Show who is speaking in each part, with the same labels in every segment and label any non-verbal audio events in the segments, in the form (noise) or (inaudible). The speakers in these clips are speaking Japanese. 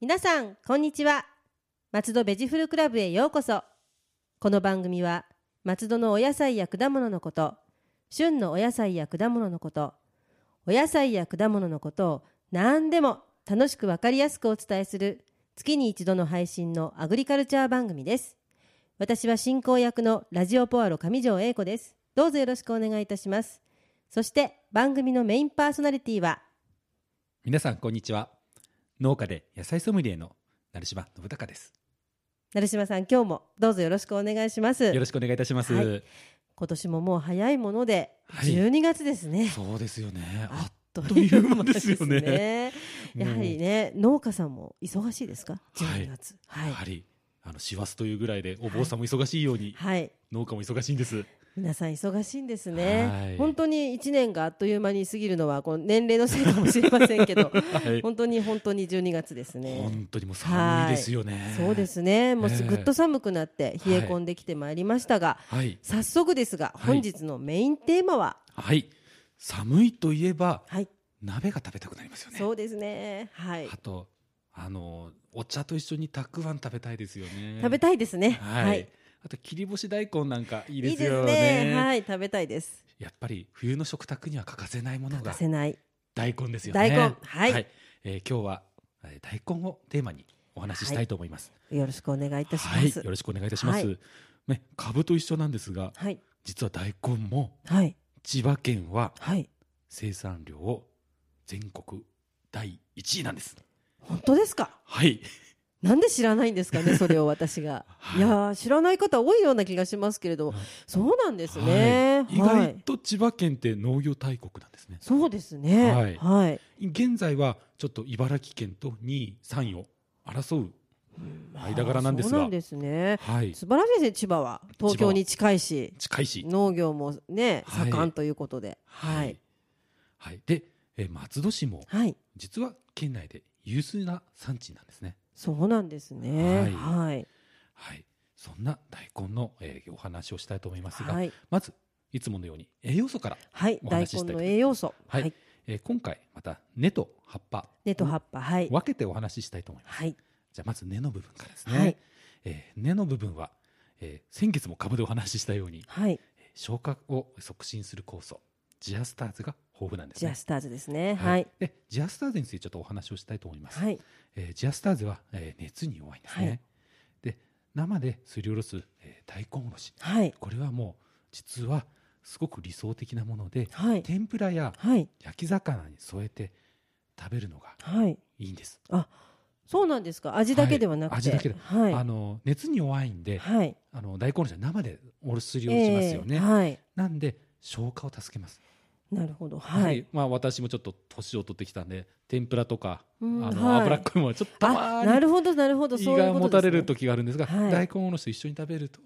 Speaker 1: 皆さんこんにちは松戸ベジフルクラブへようこそこの番組は松戸のお野菜や果物のこと旬のお野菜や果物のことお野菜や果物のことを何でも楽しくわかりやすくお伝えする月に一度の配信のアグリカルチャー番組です私は進行役のラジオポアロ上条英子ですどうぞよろしくお願いいたしますそして番組のメインパーソナリティは
Speaker 2: 皆さんこんにちは農家で野菜ソムリエの成島信孝です
Speaker 1: 成島さん今日もどうぞよろしくお願いします
Speaker 2: よろしくお願いいたします、
Speaker 1: はい今年ももう早いもので
Speaker 2: はい
Speaker 1: 12月ですね、
Speaker 2: そうですよねあ
Speaker 1: と
Speaker 2: という間ですよね
Speaker 1: ねやはりね農家さんも忙しいですか
Speaker 2: はい
Speaker 1: 12月は
Speaker 2: や
Speaker 1: い
Speaker 2: はりあの師走というぐらいでお坊さんも忙しいように、
Speaker 1: はい
Speaker 2: 農家も忙しいんです
Speaker 1: 皆さん忙しいんですね、
Speaker 2: はい
Speaker 1: 本当に1年があっという間に過ぎるのはこの年齢のせいかもしれませんけど
Speaker 2: (laughs) はい
Speaker 1: 本当に本当に12月ですね
Speaker 2: 本当にもう寒いですよね
Speaker 1: そうですねもうす
Speaker 2: ええ
Speaker 1: ぐっと寒くなって冷え込んできてまいりましたが、
Speaker 2: はい
Speaker 1: 早速ですが
Speaker 2: はい
Speaker 1: 本日のメインテーマは
Speaker 2: はい寒いといえば
Speaker 1: はい、
Speaker 2: 鍋が食べたくなりますよね
Speaker 1: そうですねはい
Speaker 2: あとあのお茶と一緒にたくあん食べたいですよね
Speaker 1: 食べたいですね
Speaker 2: はい、
Speaker 1: はい
Speaker 2: あと切り干し大根なんかいい
Speaker 1: い
Speaker 2: で
Speaker 1: い
Speaker 2: す
Speaker 1: です
Speaker 2: よ
Speaker 1: ね
Speaker 2: ね
Speaker 1: はい食べたいです
Speaker 2: やっぱり冬の食卓には欠かせないもの
Speaker 1: 欠か
Speaker 2: が
Speaker 1: せない
Speaker 2: 大根ですよね
Speaker 1: 大根はい
Speaker 2: えー今日はえー大根をテーマにお話ししたいと思います、
Speaker 1: よろしくお願いいたしま
Speaker 2: はい
Speaker 1: す
Speaker 2: よろしくお願いいたします、
Speaker 1: はい
Speaker 2: ね株と一緒なんですが
Speaker 1: はい
Speaker 2: 実は大根も
Speaker 1: はい
Speaker 2: 千葉県は
Speaker 1: はい
Speaker 2: 生産量を全国第1位なんです
Speaker 1: 本当ですか
Speaker 2: はい
Speaker 1: なんで知らないんですか
Speaker 2: (laughs)
Speaker 1: ね、それを私が。
Speaker 2: はい
Speaker 1: いやー、知らない方多いような気がしますけれども
Speaker 2: はい、
Speaker 1: そうなんですね。
Speaker 2: はい意
Speaker 1: は
Speaker 2: 外
Speaker 1: い。
Speaker 2: と千葉県って農業大国なんですね
Speaker 1: そうですね。
Speaker 2: は
Speaker 1: はいい。
Speaker 2: 現在はちょっと茨城県と2位3位を争う間柄なんです
Speaker 1: そう
Speaker 2: が
Speaker 1: なんですね。
Speaker 2: はい
Speaker 1: 素晴らしいですね、千葉は。東京に近いし、
Speaker 2: 近いし
Speaker 1: 農業もね、
Speaker 2: はい
Speaker 1: 盛んということで。
Speaker 2: は
Speaker 1: はいい。。
Speaker 2: はい、で、えー松戸市も
Speaker 1: はい。
Speaker 2: 実は県内で有数な産地なんですね。
Speaker 1: そうなんですね。
Speaker 2: は
Speaker 1: はい。
Speaker 2: はい。そんな大根の、えーお話をしたいと思いますが、
Speaker 1: はい。
Speaker 2: まずいつものように栄養素から、
Speaker 1: はい。
Speaker 2: お
Speaker 1: 大
Speaker 2: 話し
Speaker 1: 根
Speaker 2: したいと
Speaker 1: の栄養素。
Speaker 2: は
Speaker 1: はいい。
Speaker 2: えー今回また根と葉っぱ
Speaker 1: 根と葉っぱ。はい。
Speaker 2: 分けてお話ししたいと思います。
Speaker 1: はい。
Speaker 2: じゃあまず根の部分からですね。
Speaker 1: はい。
Speaker 2: えー根の部分は、えー先月も株でお話ししたように
Speaker 1: はい。
Speaker 2: えー消化を促進する酵素ジアスターズが豊富なんです
Speaker 1: ジ
Speaker 2: ね
Speaker 1: ア。スターズですね。はい。
Speaker 2: でジアスターズについてちょっとお話をしたいと思います。
Speaker 1: はい。
Speaker 2: えージアスターズは、えー熱に弱いんですね、
Speaker 1: はい
Speaker 2: で生ですりおろす、えー大根おろし
Speaker 1: はい。
Speaker 2: これはもう実はすごく理想的なもので
Speaker 1: はい。
Speaker 2: 天ぷらや
Speaker 1: はい。
Speaker 2: 焼き魚に添えて食べるのが
Speaker 1: はい。
Speaker 2: いいんです、
Speaker 1: そうなんですか。味だけではなくて、
Speaker 2: はい味だけで
Speaker 1: はい、
Speaker 2: あの熱に弱いんで、
Speaker 1: はい、
Speaker 2: あの大根おろしは生でおろすりおろしますよ
Speaker 1: え
Speaker 2: ね、
Speaker 1: えはい、
Speaker 2: なんで消化を助けます、
Speaker 1: なるほど、
Speaker 2: や
Speaker 1: は、
Speaker 2: はいまあ、私もちょっと年を取ってきたんで天ぷらとか、
Speaker 1: うん
Speaker 2: あの
Speaker 1: はい
Speaker 2: 脂っこいものはちょっとたま
Speaker 1: あ、
Speaker 2: ー
Speaker 1: な
Speaker 2: に
Speaker 1: るほど、なるほど、そ
Speaker 2: 胃
Speaker 1: ういう
Speaker 2: が
Speaker 1: こ
Speaker 2: も
Speaker 1: と
Speaker 2: た
Speaker 1: で
Speaker 2: れ
Speaker 1: すね
Speaker 2: る時があるんですが
Speaker 1: はい
Speaker 2: 大根おろしと一緒に食べると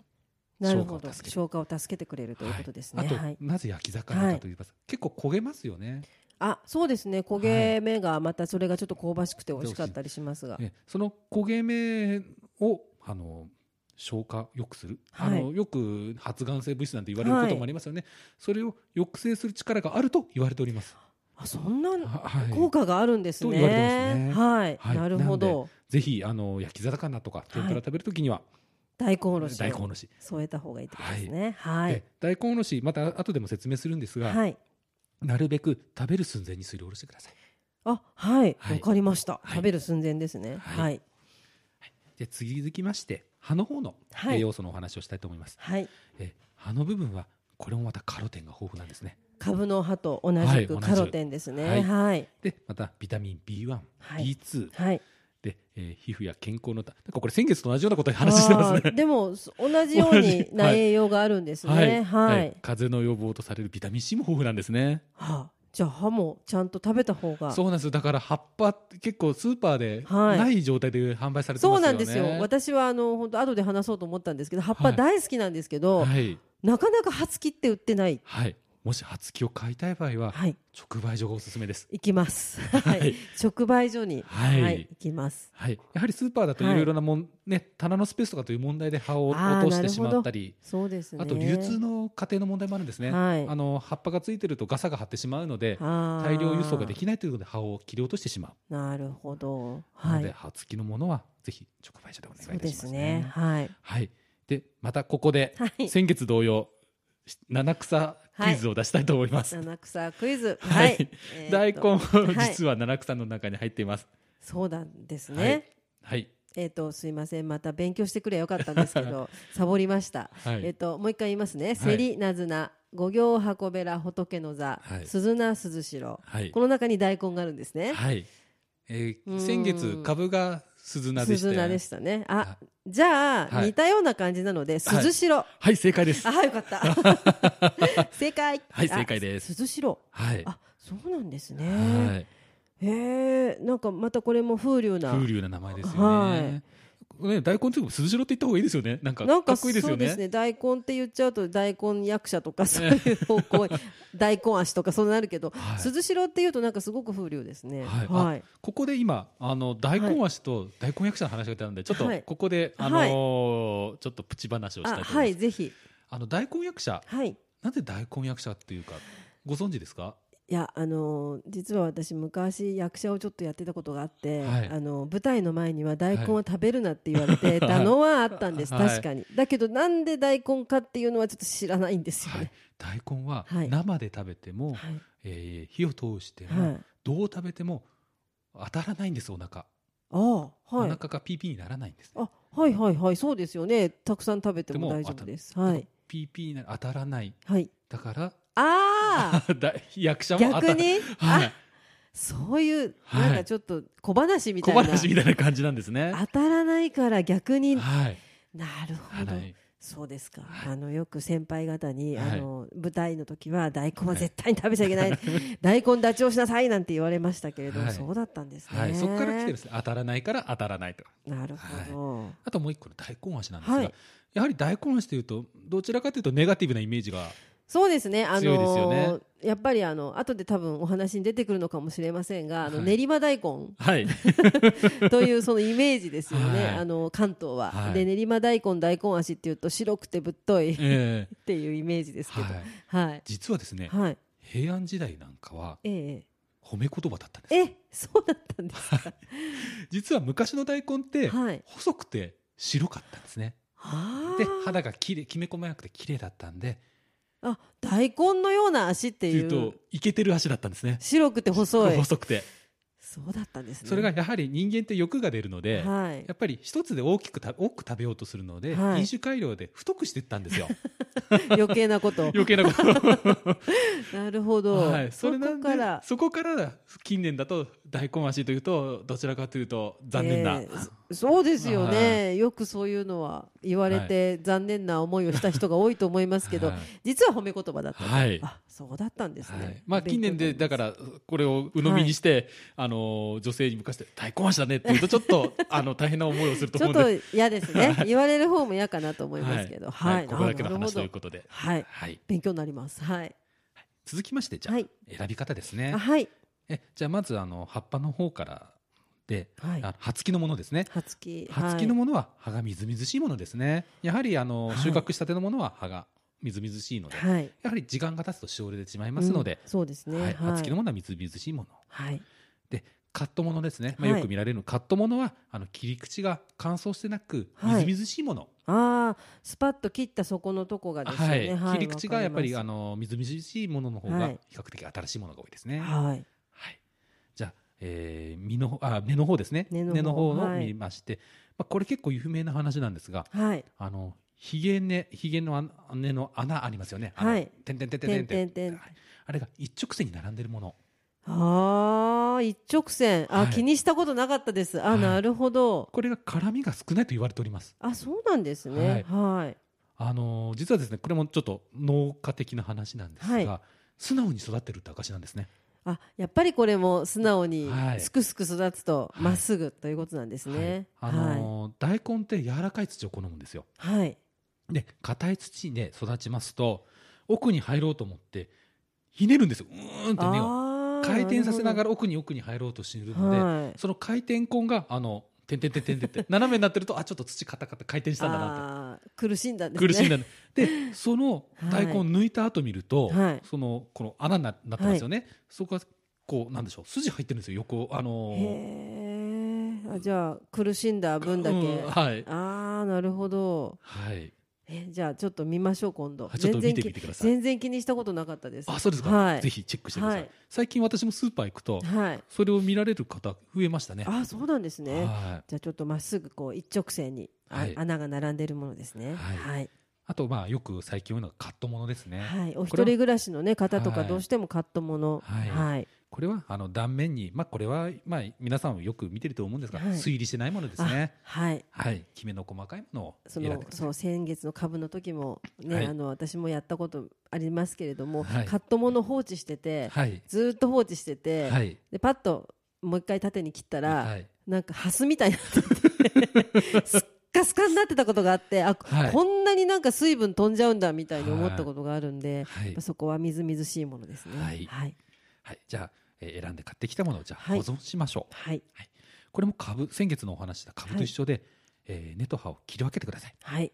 Speaker 1: なるほど
Speaker 2: 消化を助ける
Speaker 1: 消化を助けてくれるということですね。
Speaker 2: あと、
Speaker 1: はい、
Speaker 2: なぜ焼き魚かと言います、結構焦げますよね
Speaker 1: あ、そうですね。焦げ目がまたそれがちょっと香ばしくて美味しかったりしますが、
Speaker 2: ねその焦げ目をあの消化よくする、
Speaker 1: はい
Speaker 2: あのよく発がん性物質なんて言われることもありますよね、それを抑制する力があると言われております、
Speaker 1: あ、そんな
Speaker 2: ははい
Speaker 1: 効果があるんです
Speaker 2: と
Speaker 1: ね。
Speaker 2: 言われてますね
Speaker 1: はい、
Speaker 2: はい
Speaker 1: なるほど。
Speaker 2: ぜひあの焼き魚とか天ぷら食べるときには、
Speaker 1: 大根おろし
Speaker 2: 大根お
Speaker 1: を
Speaker 2: ろし、
Speaker 1: 添えた方がいいってことですね。はい
Speaker 2: で、大根おろしまた後でも説明するんですが、
Speaker 1: はい、
Speaker 2: なるべく食べる寸前にすりおろしてください
Speaker 1: あ、はい、
Speaker 2: はい
Speaker 1: わかりました。
Speaker 2: はい
Speaker 1: 食べる寸前ですね。
Speaker 2: はい
Speaker 1: はい、
Speaker 2: で次続きまして葉の方の
Speaker 1: はい
Speaker 2: 栄養素のお話をしたいと思います、
Speaker 1: はい。
Speaker 2: え葉の部分はこれもまたカロテンが豊富なんですね
Speaker 1: 株の葉と同
Speaker 2: はい
Speaker 1: じ
Speaker 2: 同
Speaker 1: く
Speaker 2: じ
Speaker 1: カロテンですね。
Speaker 2: は
Speaker 1: はいい。はい。
Speaker 2: でまたビタミン B1、
Speaker 1: はい
Speaker 2: B2 で、えー皮膚や健康のたなんかこれ先月と同じようなことで話してます
Speaker 1: あ
Speaker 2: ね
Speaker 1: ーでも、そ同じ
Speaker 2: (laughs)
Speaker 1: ようにな
Speaker 2: はい
Speaker 1: 栄養があるんですね。はい。
Speaker 2: はい風邪の予防とされるビタミン C も豊富なんですね
Speaker 1: はあじゃあ葉もちゃんと食べた方が。
Speaker 2: そうなんですよだから葉っぱって結構スーパーで
Speaker 1: はい
Speaker 2: ない状態で販売されて
Speaker 1: そ
Speaker 2: ま
Speaker 1: う
Speaker 2: すよね、
Speaker 1: なんですよ。私はあの本当後で話そうと思ったんですけど、葉っ
Speaker 2: は
Speaker 1: ぱ
Speaker 2: い
Speaker 1: 大好きなんですけど、
Speaker 2: はい
Speaker 1: なかなか葉付きって売ってない
Speaker 2: はいもし初期を買いたい場合は
Speaker 1: はい
Speaker 2: 直売所がおすすめです。
Speaker 1: 行きます。は
Speaker 2: はい
Speaker 1: い、直売所に、
Speaker 2: はい
Speaker 1: 行きます。
Speaker 2: はい、やはりスーパーだとい
Speaker 1: はい
Speaker 2: ろいろなもん、ね、棚のスペースとかという問題で葉を
Speaker 1: あー
Speaker 2: 落とし
Speaker 1: なるほど
Speaker 2: てしまったり
Speaker 1: そうですね。
Speaker 2: あと流通の過程の問題もあるんですね、
Speaker 1: はい
Speaker 2: あの葉っぱがついてるとガサが張ってしまうので
Speaker 1: あー
Speaker 2: 大量輸送ができないということで葉を切り落としてしまう、
Speaker 1: なるほど。
Speaker 2: な
Speaker 1: は
Speaker 2: ので
Speaker 1: い。
Speaker 2: 葉付きのものはぜひ直売所でお
Speaker 1: そ
Speaker 2: 願いういた
Speaker 1: で
Speaker 2: しますす
Speaker 1: ね。
Speaker 2: ね。
Speaker 1: はい。
Speaker 2: はい、でまたここで
Speaker 1: はい。
Speaker 2: 先月同様七草クイズを出したいと思います、
Speaker 1: 七草クイズ。は
Speaker 2: (laughs) はい
Speaker 1: い。えーと
Speaker 2: 大根
Speaker 1: はい
Speaker 2: 実は七草の中に入っています、
Speaker 1: そうなんです
Speaker 2: は
Speaker 1: ね
Speaker 2: い。はい
Speaker 1: えっと、すいません。また勉強してくればよかったんですけど、 (laughs) サボりました。
Speaker 2: はい、
Speaker 1: えっと、もう一回言いますね。セリナズナ、五行箱べら仏の座
Speaker 2: は、い
Speaker 1: 鈴名鈴代。
Speaker 2: はい
Speaker 1: この中に大根があるんですね。
Speaker 2: はい。え
Speaker 1: うー
Speaker 2: ー、
Speaker 1: ん
Speaker 2: 先月株が鈴名でした
Speaker 1: 鈴
Speaker 2: よね
Speaker 1: 名でしたね。あ
Speaker 2: は、
Speaker 1: じゃあ、
Speaker 2: はい
Speaker 1: 似たような感じなので、鈴代。
Speaker 2: はい、正解です。
Speaker 1: あー、よか
Speaker 2: (laughs)
Speaker 1: った。正解。
Speaker 2: はい正解です
Speaker 1: あ鈴代。
Speaker 2: はい。
Speaker 1: あ、そうなんです
Speaker 2: は
Speaker 1: ね。
Speaker 2: い。
Speaker 1: へえ、なんかまたこれも風流な。
Speaker 2: 風流な名前ですよ
Speaker 1: は
Speaker 2: ね。ね、大根って鈴代って言った方がいいですよね。なんか、
Speaker 1: なん
Speaker 2: か
Speaker 1: か
Speaker 2: っこいいです
Speaker 1: そ
Speaker 2: よ
Speaker 1: うです
Speaker 2: ね。
Speaker 1: ね大根って言っちゃうと大根役者とかそういう方向
Speaker 2: (laughs)
Speaker 1: へ大根足とかそうなるけど、
Speaker 2: はい
Speaker 1: 鈴代っていうとなんかすごく風流ですね
Speaker 2: はいあ
Speaker 1: はい
Speaker 2: ここで今、あの、大根足と大根役者の話が出たので、ちょっと
Speaker 1: はい、
Speaker 2: ここで、あの
Speaker 1: はい
Speaker 2: ー、ちょっとプチ話をしたい
Speaker 1: あ
Speaker 2: と思います。
Speaker 1: はいぜひ
Speaker 2: あの、大根役者、
Speaker 1: はい
Speaker 2: なぜ大根役者っていうか、ご存知ですか
Speaker 1: いやあのー実は私昔役者をちょっとやってたことがあって、
Speaker 2: はい
Speaker 1: あのー舞台の前には大根は食べるなって言わ
Speaker 2: (laughs)
Speaker 1: れてたのはあったんです、
Speaker 2: はい
Speaker 1: 確かにだけどなんで大根かっていうのはちょっと知らないんですよ
Speaker 2: はい
Speaker 1: ね。
Speaker 2: 大根は
Speaker 1: はい
Speaker 2: 生で食べても、
Speaker 1: はい
Speaker 2: えー火を通して
Speaker 1: はい、
Speaker 2: も、どう食べても当たらないんです、お腹。
Speaker 1: ああ
Speaker 2: お
Speaker 1: はい
Speaker 2: 腹がピーピーにならないんです。
Speaker 1: あはいはいはいそうですよねたくさん食べても大丈夫ですはい
Speaker 2: ピーピーにな当たらない。
Speaker 1: はい
Speaker 2: だから、
Speaker 1: あ
Speaker 2: (laughs) だ役者
Speaker 1: あ
Speaker 2: も当た
Speaker 1: 逆に、
Speaker 2: はい
Speaker 1: あ。そういう
Speaker 2: はい
Speaker 1: なんかちょっと小話みた
Speaker 2: 小
Speaker 1: いな、
Speaker 2: 話みたいな感じなんですね。
Speaker 1: 当たらないから逆にな
Speaker 2: はい。
Speaker 1: るほど、
Speaker 2: はい
Speaker 1: そうですか、
Speaker 2: はい
Speaker 1: あのよく先輩方に、
Speaker 2: はい
Speaker 1: あの舞台の時は大根は絶対に食べちゃいけない、大根立ちをしなさいなんて言われましたけれど、
Speaker 2: はい
Speaker 1: そうだったんですね、
Speaker 2: はい。そこから来てるんですね。当たらないから当たらないと。
Speaker 1: なるほど、
Speaker 2: あともう一個の大根足なんですが、
Speaker 1: はい
Speaker 2: やはり大根足というと、どちらかというとネガティブなイメージが、
Speaker 1: そうですね、あの
Speaker 2: 強いですよね
Speaker 1: やっぱりあの後で多分お話に出てくるのかもしれませんが、あの
Speaker 2: はい
Speaker 1: 練馬大根
Speaker 2: はい。
Speaker 1: というそのイメージですよね、
Speaker 2: はい
Speaker 1: あの関東は、
Speaker 2: はい
Speaker 1: で練馬大根大根足っていうと白くてぶっといっ
Speaker 2: え
Speaker 1: (laughs)
Speaker 2: え
Speaker 1: ていうイメージですけど
Speaker 2: はい。
Speaker 1: はい
Speaker 2: 実はですね、
Speaker 1: はい、
Speaker 2: 平安時代なんかは
Speaker 1: え
Speaker 2: 褒め言葉だったんで
Speaker 1: ええそうだったんですか、
Speaker 2: す。実は昔の大根って、
Speaker 1: はい
Speaker 2: 細くて白かったんですね。
Speaker 1: あ
Speaker 2: で、
Speaker 1: ー
Speaker 2: 肌がきれい、きめ細やくて綺麗だったんで、
Speaker 1: あ大根のような足ってい
Speaker 2: っていううと、いけてる足だったんですね。
Speaker 1: 白くて細い
Speaker 2: 細くて。
Speaker 1: そうだったんですね
Speaker 2: それがやはり人間って欲が出るので、 (laughs)
Speaker 1: はい
Speaker 2: やっぱり一つで大きくた多く食べようとするので、
Speaker 1: はい
Speaker 2: 飲酒改良で太くしていった
Speaker 1: (laughs)
Speaker 2: んですよ
Speaker 1: 余計なこと
Speaker 2: 余計なこ
Speaker 1: なるほ
Speaker 2: と
Speaker 1: ど、
Speaker 2: はいそ
Speaker 1: そ
Speaker 2: れな
Speaker 1: こ
Speaker 2: んで
Speaker 1: から
Speaker 2: そこから近年だと大根足というとどちらかというと残念な、
Speaker 1: えーそそうですよね、
Speaker 2: は
Speaker 1: よくそういうのは言われて、残念な思いをした人が多いと思いますけど、
Speaker 2: はい
Speaker 1: 実は褒め言葉だった、
Speaker 2: はい
Speaker 1: あそうだったんですね、
Speaker 2: はいまあ、
Speaker 1: 勉
Speaker 2: 近
Speaker 1: 強に
Speaker 2: 年
Speaker 1: なり
Speaker 2: で
Speaker 1: ます
Speaker 2: だからこれを鵜呑みにして、あのー女性に向かして大根足だねって言うとちょっ
Speaker 1: (laughs)
Speaker 2: とあの大変な思いをすると
Speaker 1: ちょ
Speaker 2: 思
Speaker 1: っ
Speaker 2: うん
Speaker 1: と
Speaker 2: で
Speaker 1: 嫌です
Speaker 2: (laughs)
Speaker 1: ね言われる方も嫌かなと思いますけど
Speaker 2: は
Speaker 1: はい、
Speaker 2: いはいここだけの
Speaker 1: あなるほ
Speaker 2: 話
Speaker 1: ど
Speaker 2: ということで、
Speaker 1: はい
Speaker 2: はい、
Speaker 1: 勉強になりますはい
Speaker 2: 続きましてじゃあ、
Speaker 1: はい
Speaker 2: 選び方ですね
Speaker 1: あはい
Speaker 2: えじゃあまずあの葉っぱの方からで、
Speaker 1: はい
Speaker 2: あの葉付きのものですね
Speaker 1: 葉付き
Speaker 2: 葉付きのものは葉がみずみずしいものですねやはりあの
Speaker 1: はい
Speaker 2: 収穫したてのものは葉がみずみずしいので、
Speaker 1: はい、はい、
Speaker 2: やはり時間が経つとしおれてしまいますので
Speaker 1: う、んそうですね
Speaker 2: は、
Speaker 1: はいい、
Speaker 2: 葉付きのものはみずみずしいもの
Speaker 1: はい
Speaker 2: カットものですね、まあ、
Speaker 1: はい
Speaker 2: よく見られるカットものはあの切り口が乾燥してなく
Speaker 1: はい
Speaker 2: みずみずしいもの、
Speaker 1: ああスパッと切ったそこのとこがですよ
Speaker 2: はい
Speaker 1: ね、はい
Speaker 2: 切り口がやっぱりあ
Speaker 1: の
Speaker 2: のみずみずしいものの方
Speaker 1: は
Speaker 2: が
Speaker 1: い
Speaker 2: 比較的新しいものが多いですね。
Speaker 1: はい
Speaker 2: はい、じゃあ、えー、身のあ根の方ですね
Speaker 1: 根
Speaker 2: 根
Speaker 1: の
Speaker 2: の
Speaker 1: 方
Speaker 2: 方を
Speaker 1: はい
Speaker 2: 見まして、まあ、これ結構有名な話なんですが
Speaker 1: はい
Speaker 2: あのひげ根ひげのあ根の穴ありますよねあの
Speaker 1: はい
Speaker 2: てんてんてんてん
Speaker 1: て
Speaker 2: て
Speaker 1: ん
Speaker 2: ん
Speaker 1: て
Speaker 2: て
Speaker 1: ん
Speaker 2: ん
Speaker 1: てん
Speaker 2: はいあれが一直線に並んでるもの
Speaker 1: ああ一直線あ、
Speaker 2: はい
Speaker 1: 気にしたことなかったですあ、
Speaker 2: はい
Speaker 1: なるほど
Speaker 2: これが辛みが少ないと言われております
Speaker 1: あそうなんですねはい
Speaker 2: あのー実はですねこれもちょっと農家的な話なんですが、
Speaker 1: はい
Speaker 2: 素直に育ってるって証なんですね
Speaker 1: あやっぱりこれも素直に
Speaker 2: はい
Speaker 1: すくすく育つと
Speaker 2: はい
Speaker 1: まっすぐということなんですね。
Speaker 2: はいあのー大根って柔らかい土を好むんですよ
Speaker 1: はい、はい
Speaker 2: で硬い土で育ちますと奥に入ろうと思ってひねるんですようーんって根
Speaker 1: あ
Speaker 2: を
Speaker 1: ー
Speaker 2: 回転させなが
Speaker 1: る
Speaker 2: ら奥に奥に入ろうとしている
Speaker 1: ほど
Speaker 2: ので、
Speaker 1: はい
Speaker 2: その回転痕があのてんてんてんてん
Speaker 1: (laughs)
Speaker 2: てんって斜めになってるとあちょっと土カタカタ回転したんだなって。
Speaker 1: あー苦しんだんですね
Speaker 2: 苦しんだね、
Speaker 1: (laughs)
Speaker 2: でその大根を抜いた後見ると、
Speaker 1: はい
Speaker 2: そのこの穴にななってますよね、そこがこうなんでしょう筋入ってるんですよ横あのー
Speaker 1: へえあじゃあ苦しんだ分だけ、
Speaker 2: うんはい
Speaker 1: ああなるほど
Speaker 2: はい
Speaker 1: えじゃあちょっと見ましょう今度
Speaker 2: はいちょっと見てみてください
Speaker 1: 全然気にしたことなかったです
Speaker 2: あそうですか、
Speaker 1: はい
Speaker 2: ぜひチェックしてください、
Speaker 1: はい
Speaker 2: 最近私もスーパー行くと
Speaker 1: はい
Speaker 2: それを見られる方増えましたね
Speaker 1: あそうなんですね
Speaker 2: はい
Speaker 1: じゃあちょっとまっすぐこう一直線に、あ
Speaker 2: はい
Speaker 1: 穴が並んでるものですね
Speaker 2: はい
Speaker 1: はい、
Speaker 2: あとまあよく最近多いのがカットものですね、
Speaker 1: はいお一人暮らしの、ね、方とか
Speaker 2: はい
Speaker 1: どうしてもカットもの
Speaker 2: はい
Speaker 1: はい
Speaker 2: これはあの断面に、まあ、これは、まあ、皆さんもよく見てると思うんですが、
Speaker 1: はい
Speaker 2: 推理してないものです
Speaker 1: あ
Speaker 2: ね。
Speaker 1: はい
Speaker 2: はい、きめの細かいものを
Speaker 1: そ
Speaker 2: 選んで
Speaker 1: の
Speaker 2: ください
Speaker 1: そう先月の株の時も、ね
Speaker 2: はい
Speaker 1: あの私もやったことありますけれども、
Speaker 2: はい
Speaker 1: カットもの放置してて、
Speaker 2: はい、
Speaker 1: ずーっと放置してて、
Speaker 2: はい、
Speaker 1: でパッともう一回縦に切ったら、
Speaker 2: はい、
Speaker 1: なんかハスみたいになっててすっかすかになってたことがあってあ、
Speaker 2: はい
Speaker 1: こんなになんか水分飛んじゃうんだみたいに思ったことがあるんで、
Speaker 2: はい
Speaker 1: やっぱそこはみずみずしいものですね。
Speaker 2: はい
Speaker 1: はい、
Speaker 2: はい、じゃあ、えー選んで買ってきたものをじゃあ
Speaker 1: は
Speaker 2: 保
Speaker 1: い
Speaker 2: 存しましょう。
Speaker 1: はい
Speaker 2: これも株、先月のお話した株と一緒で、えー根と葉を切り分けてください。
Speaker 1: はい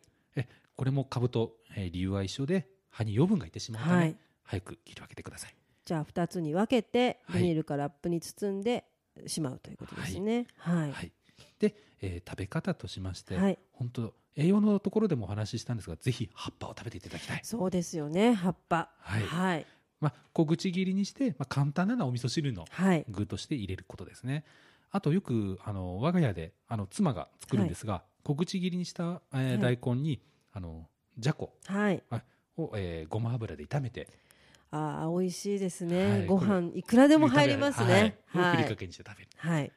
Speaker 2: これも株と、えー理由は一緒で、葉に養分がいってしまうため、
Speaker 1: はい
Speaker 2: 早く切り分けてください。
Speaker 1: じゃあ2つに分けて
Speaker 2: はい
Speaker 1: ビニールかラップに包んでしまうということですね。はい、
Speaker 2: はい。で、えー食べ方としまして、
Speaker 1: はい
Speaker 2: 本当栄養のところでもお話ししたんですが、ぜひ葉っぱを食べていただきたい。
Speaker 1: そうですよね葉っぱ
Speaker 2: はい
Speaker 1: はい
Speaker 2: まあ、小口切りにして、まあ、簡単なのはお味噌汁の
Speaker 1: はい
Speaker 2: 具として入れることですね。あとよくあの我が家であの妻が作るんですが、小口切りにした、えー
Speaker 1: はい
Speaker 2: 大根にあのじゃこ
Speaker 1: はい
Speaker 2: を、えーごま油で炒めて
Speaker 1: あー美味しいですね、
Speaker 2: はい
Speaker 1: ご飯いくらでも入りますね
Speaker 2: はい
Speaker 1: はい
Speaker 2: ふり
Speaker 1: は
Speaker 2: か
Speaker 1: い、
Speaker 2: けにして食べる。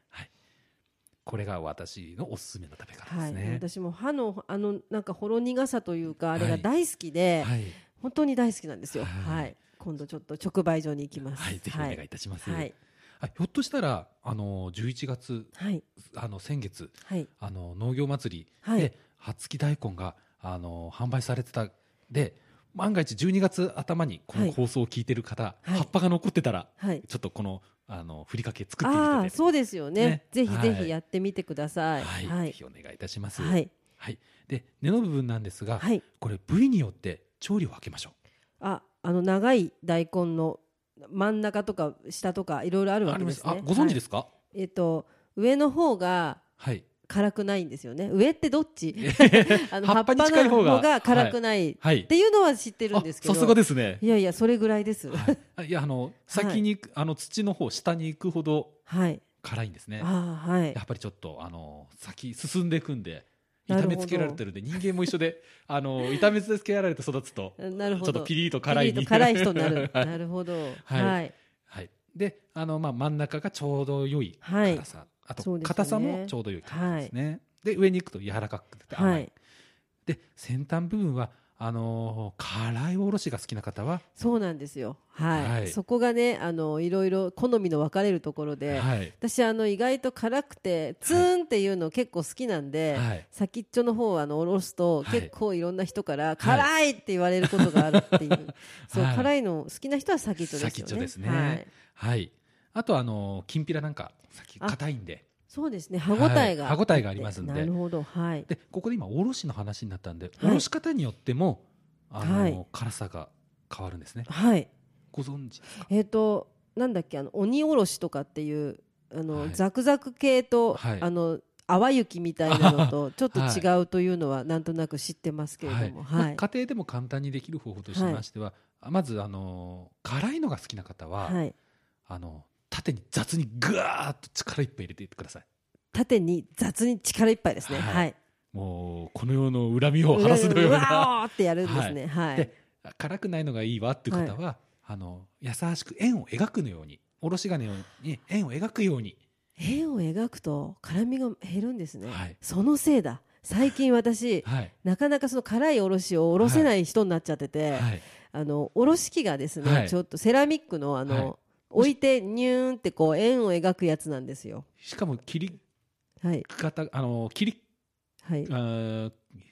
Speaker 2: これが私のおすすめの食べ方で
Speaker 1: は
Speaker 2: す
Speaker 1: い
Speaker 2: ね。
Speaker 1: 私も歯のあのなんかほろ苦さというかあれ
Speaker 2: は
Speaker 1: が
Speaker 2: い
Speaker 1: 大好きで、
Speaker 2: はい、
Speaker 1: 本当に大好きなんですよ
Speaker 2: は
Speaker 1: はいい、今度ちょっと直売所に行きます
Speaker 2: はい、ぜひお願いいたします。
Speaker 1: はい
Speaker 2: あひょっとしたらあの11月
Speaker 1: はい
Speaker 2: あの先月
Speaker 1: はい
Speaker 2: あの農業祭り
Speaker 1: はい
Speaker 2: で葉付き大根があの販売されてたで万が一12月頭にこ
Speaker 1: は
Speaker 2: の
Speaker 1: い
Speaker 2: 放送を聞いてる方、
Speaker 1: はい
Speaker 2: 葉っぱが残ってたら
Speaker 1: はい
Speaker 2: ちょっとこのあのふりかけ作ってみて
Speaker 1: ああー
Speaker 2: ね
Speaker 1: そうですよね
Speaker 2: ね
Speaker 1: ぜひぜ
Speaker 2: はい
Speaker 1: ひやってみてください
Speaker 2: はい、
Speaker 1: は
Speaker 2: ぜ
Speaker 1: い
Speaker 2: ひお願いいたします。
Speaker 1: は
Speaker 2: はい、
Speaker 1: い、
Speaker 2: で根の部分なんですが、
Speaker 1: はい、
Speaker 2: これ部位によって調理を分けましょ
Speaker 1: ああの長い大根の真ん中とか下とかいろいろある
Speaker 2: う。
Speaker 1: わ
Speaker 2: あ
Speaker 1: け
Speaker 2: りま
Speaker 1: ですすね
Speaker 2: あご存知ですすか？
Speaker 1: えっと上の方が
Speaker 2: はい、
Speaker 1: 辛くないんですよね上ってどっち (laughs) あの
Speaker 2: 葉っぱに近い方が
Speaker 1: 葉っぱの辛くない、
Speaker 2: はい。
Speaker 1: っていうのは知ってるんですけど
Speaker 2: あさすがですね
Speaker 1: (laughs) い。やいやそれぐらいですは
Speaker 2: はいあ、いやあの先に行く、あの土の方下に行くほど
Speaker 1: い
Speaker 2: 辛いんですね。
Speaker 1: ああはい
Speaker 2: やっぱりちょっとあの先進んでいくんで
Speaker 1: なる
Speaker 2: 炒
Speaker 1: ほど
Speaker 2: めつけられてるんで人間も一緒で (laughs) あの炒めつけられて育つと
Speaker 1: な
Speaker 2: ち
Speaker 1: る
Speaker 2: ょっ
Speaker 1: ほど
Speaker 2: とピリッと辛い
Speaker 1: ピリッと辛い人になる、
Speaker 2: (laughs) はい
Speaker 1: なるほど
Speaker 2: はい
Speaker 1: はい
Speaker 2: はい、であの、まあ、真ん中がちょうど良い
Speaker 1: はい
Speaker 2: 辛さ、あ
Speaker 1: そう
Speaker 2: と
Speaker 1: ですね
Speaker 2: 硬さもちょうど良い辛さですね、で上に行くと柔らかくて甘い、
Speaker 1: はい
Speaker 2: で先端部分はあのー辛いおろしが好きな方は、
Speaker 1: そうなんですよはい、
Speaker 2: はい
Speaker 1: そこがねあのいろいろ好みの分かれるところで、
Speaker 2: はい
Speaker 1: 私あの意外と辛くてツーンっていうの結構好きなんで、
Speaker 2: はい
Speaker 1: 先っちょの方はあのおろすと
Speaker 2: はい
Speaker 1: 結構いろんな人から辛いって言われることがある
Speaker 2: (laughs)
Speaker 1: っていう、そう
Speaker 2: はい
Speaker 1: 辛いの好きな人は先っちょですよね
Speaker 2: 先っちょですね
Speaker 1: はい、
Speaker 2: はい、あとあのーきんぴらなんか先
Speaker 1: あ
Speaker 2: 硬いんで
Speaker 1: そうですね歯ごたえが、
Speaker 2: はい歯応えがありますんで
Speaker 1: なるほどはい
Speaker 2: でここで今おろしの話になったんで、
Speaker 1: はい
Speaker 2: おろし方によってもあの、
Speaker 1: はい
Speaker 2: 辛さが変わるんですね
Speaker 1: はい
Speaker 2: ご存知ですか
Speaker 1: えっ、となんだっけあの鬼おろしとかっていうあの、
Speaker 2: はい
Speaker 1: ザクザク系と、
Speaker 2: はい
Speaker 1: あの淡雪みたいなの
Speaker 2: (laughs)
Speaker 1: とちょっと違うというのはなんとなく知ってますけれども
Speaker 2: まあ
Speaker 1: はい、
Speaker 2: 家庭でも簡単にできる方法としましては、まずあの辛いのが好きな方は、
Speaker 1: はい、
Speaker 2: あの縦に雑にぐわーっと力いっぱい入れていってください
Speaker 1: 縦に雑に力いっぱいですね
Speaker 2: はい
Speaker 1: はい、
Speaker 2: もうこの世の恨みを晴らすのよう
Speaker 1: う
Speaker 2: な
Speaker 1: わーってやるんですねはい、
Speaker 2: で辛くないのがいいわっていう方は、あの優しく円を描くのようにおろし金に円を描くように
Speaker 1: 円を描くと辛みが減るんですね、
Speaker 2: はい
Speaker 1: そのせいだ最近私
Speaker 2: はい
Speaker 1: なかなかその辛いおろしをおろせない人になっちゃってて、
Speaker 2: はい
Speaker 1: あのおろし器がですね、
Speaker 2: はい
Speaker 1: ちょっとセラミックのあの、
Speaker 2: はい
Speaker 1: 置いてニューンってこう円を描くやつなんですよ。
Speaker 2: しかも切り
Speaker 1: はい
Speaker 2: 方あの切り
Speaker 1: はい
Speaker 2: あー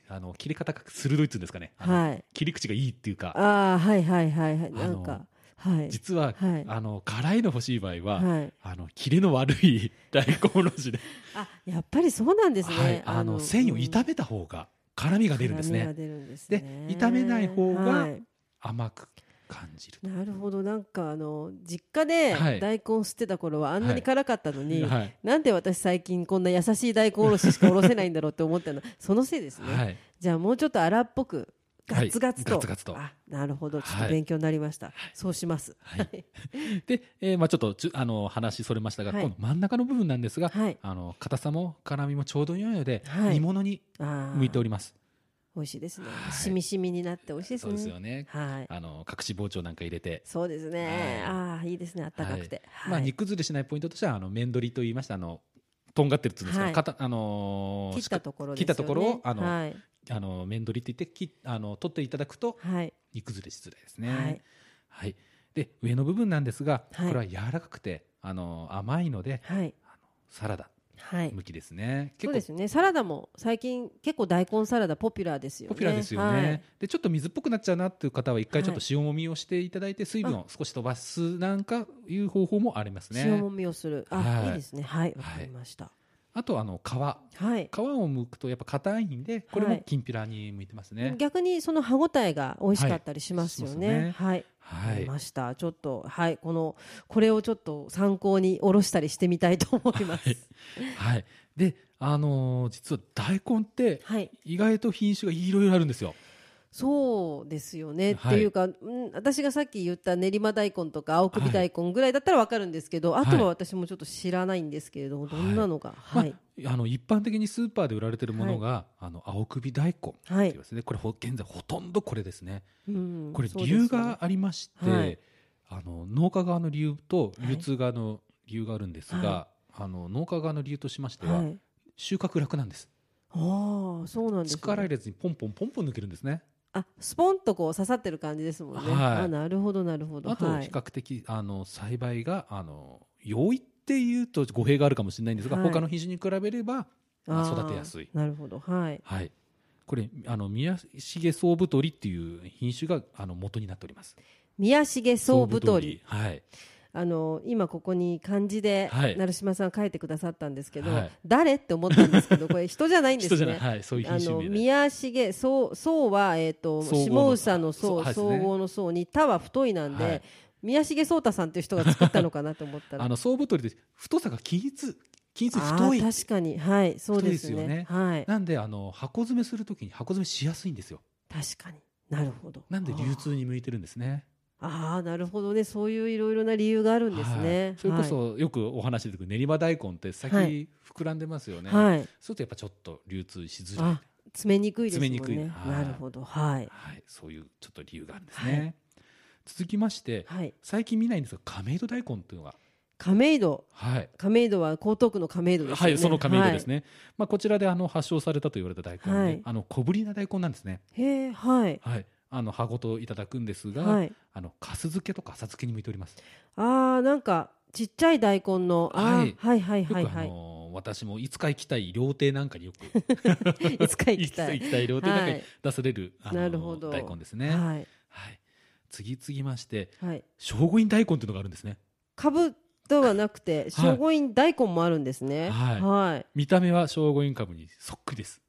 Speaker 2: あの切り方が鋭いっつうんですかね、あの
Speaker 1: はい。
Speaker 2: 切り口がいいっていうか
Speaker 1: ああはいはいはいはい
Speaker 2: あ
Speaker 1: な
Speaker 2: の
Speaker 1: んかはい
Speaker 2: 実は、
Speaker 1: はい
Speaker 2: あの辛いの欲しい場合は、
Speaker 1: はい
Speaker 2: あの切れの悪い (laughs) 大根おろしで
Speaker 1: あやっぱりそうなんですね、
Speaker 2: はい、あの繊維を
Speaker 1: め
Speaker 2: 炒めた方が辛みが出るんですね
Speaker 1: 出るんです
Speaker 2: で
Speaker 1: ね
Speaker 2: 炒めない方が
Speaker 1: はい
Speaker 2: 甘く感じる
Speaker 1: なるほどなんかあの実家で
Speaker 2: はい
Speaker 1: 大根吸ってた頃はあんなに辛かったのに、
Speaker 2: はい、
Speaker 1: なんで私最近こんな優しい大根おろししかおろせないんだろうって思ったのそのせいですね、
Speaker 2: はい、
Speaker 1: じゃあもうちょっと荒っぽくガツガツと、
Speaker 2: はいガツガツと
Speaker 1: あなるほどちょっ
Speaker 2: は
Speaker 1: と
Speaker 2: い
Speaker 1: 勉強になりました、そうします
Speaker 2: はいで、えーまあ、ちょっとちゅあの話それましたが、
Speaker 1: はい
Speaker 2: この真ん中の部分なんですが、
Speaker 1: はい
Speaker 2: あの硬さも辛みもちょうど良いので、
Speaker 1: はい
Speaker 2: 煮物に
Speaker 1: 向
Speaker 2: 向いております
Speaker 1: 美味しいですね、
Speaker 2: はい
Speaker 1: しみしみになって美味しいです
Speaker 2: そう
Speaker 1: ね
Speaker 2: ですよね
Speaker 1: はい
Speaker 2: あの隠し包丁なんか入れて、
Speaker 1: そうですね、
Speaker 2: はい
Speaker 1: ああいいですねあったかくて、はい
Speaker 2: まあ、煮崩れしないポイントとしてはあの面取りと言いましたあのとんがってるっていうんです
Speaker 1: はい
Speaker 2: か、かたあのー
Speaker 1: 切ったところです
Speaker 2: 切
Speaker 1: よね
Speaker 2: ったところをあの、
Speaker 1: はい
Speaker 2: あの面取りって言ってきあの取っていただくと
Speaker 1: はい
Speaker 2: 煮崩れしづらいですね。
Speaker 1: はい
Speaker 2: はいで上の部分なんですが、
Speaker 1: はい
Speaker 2: これは柔らかくてあの甘いので
Speaker 1: はい
Speaker 2: サラダ
Speaker 1: はい
Speaker 2: 向きですね。
Speaker 1: そうですねサラダも最近結構大根サラダポピュラーですよね
Speaker 2: ポピュラーですよね、
Speaker 1: はい
Speaker 2: でちょっと水っぽくなっちゃうなっていう方は一回
Speaker 1: はい
Speaker 2: ちょっと塩もみをしていただいて水分を少し飛ばすなんかいう方法もあります
Speaker 1: 塩
Speaker 2: ね
Speaker 1: もみをするあ、
Speaker 2: はい
Speaker 1: い、いですねはいわ
Speaker 2: はい
Speaker 1: かりました
Speaker 2: あとあの皮皮
Speaker 1: はい、
Speaker 2: を剥くとやっぱ硬いんでこれ
Speaker 1: は
Speaker 2: も
Speaker 1: い
Speaker 2: きんぴらに向いてますね
Speaker 1: 逆にその歯ごたえが美味しかったりしますよねはい
Speaker 2: は
Speaker 1: あり
Speaker 2: い
Speaker 1: ましたちょっとはいこのこれをちょっと参考におろしたりしてみたいと思います
Speaker 2: はいであのー実は大根って
Speaker 1: はい
Speaker 2: 意外と品種がいろいろあるんですよ
Speaker 1: そうですよね、
Speaker 2: はい
Speaker 1: っていうか、うん、私がさっき言った練馬大根とか青首大根ぐらいだったらわかるんですけど、
Speaker 2: い
Speaker 1: あとは私もちょっと知らないんですけれども、どんなのが、はい
Speaker 2: まあ、あの一般的にスーパーで売られてるものが、あの青首大根って
Speaker 1: はい
Speaker 2: 言いますね、これほ現在ほとんどこれですね
Speaker 1: うん
Speaker 2: これ
Speaker 1: そうで
Speaker 2: 理
Speaker 1: すよ
Speaker 2: 由
Speaker 1: ね
Speaker 2: がありまして、
Speaker 1: はい
Speaker 2: あの農家側の理由と
Speaker 1: はい
Speaker 2: 流通側の理由があるんですが、
Speaker 1: は
Speaker 2: あの農家側の理由としましては、
Speaker 1: はい、
Speaker 2: 収穫楽なんです
Speaker 1: ああそうなんです、ね、
Speaker 2: 力入れずにポンポンポンポン抜けるんですね
Speaker 1: あスポンとこう刺さってる感じですもんね、
Speaker 2: はい
Speaker 1: あなるほどなるほど
Speaker 2: あと
Speaker 1: はい
Speaker 2: 比較的、あの栽培があの容易っていうと語弊があるかもしれないんですが、
Speaker 1: はい
Speaker 2: 他の品種に比べれば、
Speaker 1: あー
Speaker 2: 育てやすい
Speaker 1: なるほどはい
Speaker 2: はい、これあの宮重総太りっていう品種があの元になっております
Speaker 1: 宮重総太り
Speaker 2: 総はい
Speaker 1: あの今ここに漢字で
Speaker 2: はい
Speaker 1: 成島さん書いてくださったんですけど、
Speaker 2: はい
Speaker 1: 誰って思ったんです
Speaker 2: (laughs)
Speaker 1: けどこれ人じゃないんです
Speaker 2: 人
Speaker 1: ね
Speaker 2: じゃない、はい、そういう
Speaker 1: あ
Speaker 2: 品種
Speaker 1: の
Speaker 2: 名で
Speaker 1: 宮重そうそうはえっ、と
Speaker 2: 総合の
Speaker 1: 下総の
Speaker 2: そう
Speaker 1: 総
Speaker 2: はい
Speaker 1: 総合の総に田は太いなんで、
Speaker 2: はい
Speaker 1: 宮重聡太さんっていう人が作ったのかなと思ったら
Speaker 2: (laughs) あの総太りで太さが均一均一
Speaker 1: あー
Speaker 2: 太い
Speaker 1: 確かにはいそうですね
Speaker 2: 太いです
Speaker 1: はい
Speaker 2: なんであの箱詰めするときに箱詰めしやすいんですよ
Speaker 1: 確かになるほど
Speaker 2: なんで流通に向いてるんですね
Speaker 1: ああーなるほどねそういういろいろな理由があるんですね、
Speaker 2: はいそれこそよくお話し出てくる練馬大根って先
Speaker 1: はい
Speaker 2: 膨らんでますよね、
Speaker 1: はい、はい
Speaker 2: そうするとやっぱちょっと流通しづらい、
Speaker 1: あ詰めにくいですもんね
Speaker 2: 詰めにくいはい
Speaker 1: なるほどはい
Speaker 2: はい、そういうちょっと理由があるんですね、続きまして
Speaker 1: はい
Speaker 2: 最近見ないんですが亀戸大根っていうのが
Speaker 1: 亀戸
Speaker 2: はい
Speaker 1: 亀戸は江東区の亀戸ですよ
Speaker 2: は
Speaker 1: ね
Speaker 2: い、その亀戸ですね、まあ、こちらであの発祥されたと言われた大根で、
Speaker 1: はい
Speaker 2: あの小ぶりな大根なんですね、
Speaker 1: はいへえはい
Speaker 2: はい、あの葉ごといただくんですが、
Speaker 1: はい
Speaker 2: あの粕漬けとか浅漬けに向いております
Speaker 1: あーなんかちっちゃい大根のあー、
Speaker 2: はい
Speaker 1: はいはい
Speaker 2: よく、
Speaker 1: はいは
Speaker 2: あ
Speaker 1: い
Speaker 2: のー私もいつか行きたい料亭なんかによ
Speaker 1: (laughs)
Speaker 2: く
Speaker 1: いつか行きたい
Speaker 2: (laughs) いつか行きたい料亭なんかに出される、
Speaker 1: はい
Speaker 2: あのー
Speaker 1: なるほど
Speaker 2: 大根ですね、はい
Speaker 1: はい
Speaker 2: 次々まして
Speaker 1: はい
Speaker 2: 聖護院大根っていうのがあるんですね
Speaker 1: 株ではなくて聖護院大根もあるんですね
Speaker 2: はい
Speaker 1: は
Speaker 2: 見た目は聖護院株にそっくりです、
Speaker 1: い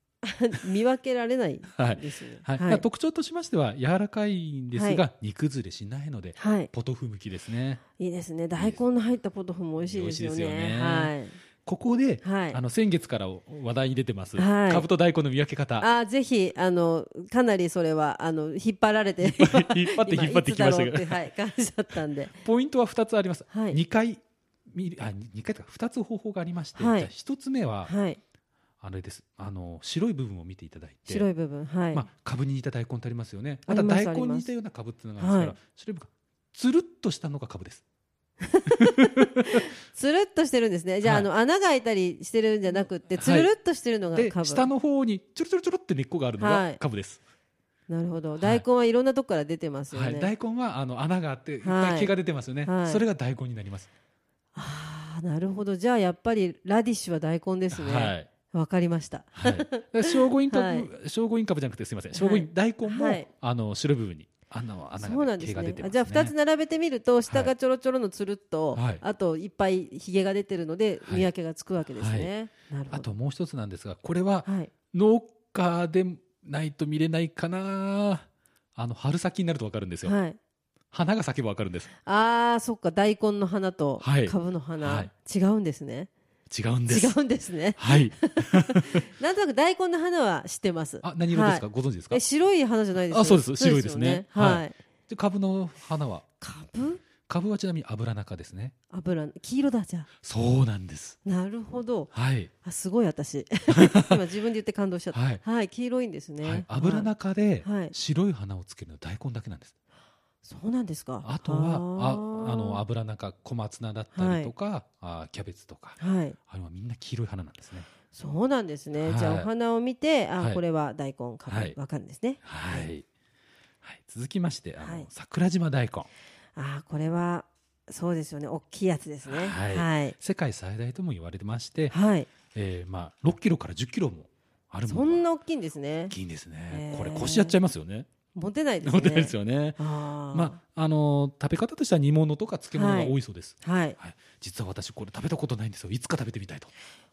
Speaker 1: (laughs) 見分けられない
Speaker 2: はい
Speaker 1: ですね
Speaker 2: はい
Speaker 1: はい
Speaker 2: 特徴としましては柔らかいんですが、煮崩れしないので
Speaker 1: はい
Speaker 2: ポトフ向きですね
Speaker 1: いいですね大根の入ったポトフも美味しいですよ
Speaker 2: 美味しいですよ
Speaker 1: ね
Speaker 2: ここで、
Speaker 1: はいはい
Speaker 2: あの先月から話題に出てます、
Speaker 1: はい
Speaker 2: 株と大根の見分け方 (laughs)
Speaker 1: あーぜひあのかなりそれはあの引っ張られて今
Speaker 2: (laughs) 引っ張って引っ張ってき
Speaker 1: い
Speaker 2: ました
Speaker 1: つだろう
Speaker 2: け
Speaker 1: って
Speaker 2: ど
Speaker 1: はい感じだったんで
Speaker 2: ポイントは2つあります、
Speaker 1: はい
Speaker 2: 2回見るあ2回というか2つ方法がありまして、
Speaker 1: はい
Speaker 2: じゃあ1つ目は、
Speaker 1: はい
Speaker 2: あれですあの白い部分を見ていただいて
Speaker 1: 白い部分はい
Speaker 2: まあ、株に似た大根ってありますよね
Speaker 1: あ
Speaker 2: ま
Speaker 1: り
Speaker 2: た
Speaker 1: ます
Speaker 2: 大根に似たような株っていうのがありますから、
Speaker 1: は
Speaker 2: 白い部分がつるっとしたのが株です
Speaker 1: つるっとしてるんですねじゃあ,、
Speaker 2: は
Speaker 1: あ
Speaker 2: い
Speaker 1: の穴が開いたりしてるんじゃなくって
Speaker 2: はい
Speaker 1: つるるっとしてるのが
Speaker 2: で
Speaker 1: 株、
Speaker 2: 下の方にちょろちょろちょろって根っこがあるの
Speaker 1: は
Speaker 2: が
Speaker 1: い
Speaker 2: 株です、
Speaker 1: なるほど
Speaker 2: い
Speaker 1: 大根はいろんなとこから出てますよね、
Speaker 2: はい大根はあの穴があっていっ
Speaker 1: はい
Speaker 2: ぱい毛が出てますよね、
Speaker 1: はい
Speaker 2: それが大根になります、
Speaker 1: ああなるほどじゃあやっぱりラディッシュは大根ですねわ、
Speaker 2: はい
Speaker 1: かりました
Speaker 2: はい、だから聖護院株、
Speaker 1: はい
Speaker 2: 聖護院株じゃなくてすみません聖護院大根も、
Speaker 1: はい
Speaker 2: あの白い部分に穴は穴
Speaker 1: そうな
Speaker 2: が
Speaker 1: んで
Speaker 2: 毛
Speaker 1: す
Speaker 2: が
Speaker 1: ね
Speaker 2: 出てますね。
Speaker 1: あじゃあ2つ並べてみると下がちょろちょろのつるっと、
Speaker 2: はい
Speaker 1: あといっぱいひげが出てるので
Speaker 2: はい
Speaker 1: 見分けがつくわけですね、なるほ
Speaker 2: あ
Speaker 1: ど
Speaker 2: ともう一つなんですが、これは
Speaker 1: はい、
Speaker 2: 農家でないと見れないかな。あの春先になるとわかるんですよ。
Speaker 1: はい、
Speaker 2: 花が咲けばわかるんです。
Speaker 1: あーそっか大根の花と
Speaker 2: はい
Speaker 1: 株の花、
Speaker 2: はい
Speaker 1: 違うんですね
Speaker 2: 違うんで
Speaker 1: 違
Speaker 2: す。
Speaker 1: うんですね
Speaker 2: はい。
Speaker 1: なんとなく大根の花は知ってます
Speaker 2: あ、何色ですか、ご存知ですか
Speaker 1: え。白い花じゃないですよ
Speaker 2: あそうです白いですね
Speaker 1: よはい、
Speaker 2: で株の花は、
Speaker 1: 株
Speaker 2: 株はちなみに油中ですね。
Speaker 1: 油黄色だじゃあ
Speaker 2: そうなんです。
Speaker 1: なるほど
Speaker 2: はい。
Speaker 1: あすごい
Speaker 2: (laughs)
Speaker 1: 私今自分で言って感動しちゃった
Speaker 2: はい。
Speaker 1: はい黄色いんですね、
Speaker 2: はい、油中で
Speaker 1: はい
Speaker 2: 白い花をつけるのは大根だけなんです。
Speaker 1: そうなんですか。
Speaker 2: あとはあ
Speaker 1: ー
Speaker 2: あの油中小松菜だったりとか、あキャベツとか
Speaker 1: はい、
Speaker 2: あれはみんな黄色い花なんですね。
Speaker 1: そうなんですね。
Speaker 2: はい
Speaker 1: じゃあお花を見て、あ、
Speaker 2: はい
Speaker 1: これは大根かぶ
Speaker 2: はい
Speaker 1: わかるんですね。
Speaker 2: はい、はい続きましてあの、
Speaker 1: はい
Speaker 2: 桜島大根
Speaker 1: あー、これはそうですよね。大きいやつですね。は。
Speaker 2: はいい
Speaker 1: はい。
Speaker 2: 世界最大とも言われてまして、えーまあ6キロから10キロもある
Speaker 1: そ
Speaker 2: も
Speaker 1: ん
Speaker 2: のが
Speaker 1: な大きいんですね
Speaker 2: 大。きいんです
Speaker 1: へ
Speaker 2: ね
Speaker 1: ー。
Speaker 2: これ腰やっちゃいますよね。
Speaker 1: 持てないですね。
Speaker 2: 本当 (laughs) ですよね。
Speaker 1: あー
Speaker 2: まああの食べ方としては煮物とか漬物が多いそうです。
Speaker 1: はい。
Speaker 2: はい、実は私これ食べたことないんですよ。いつか食べてみたいと。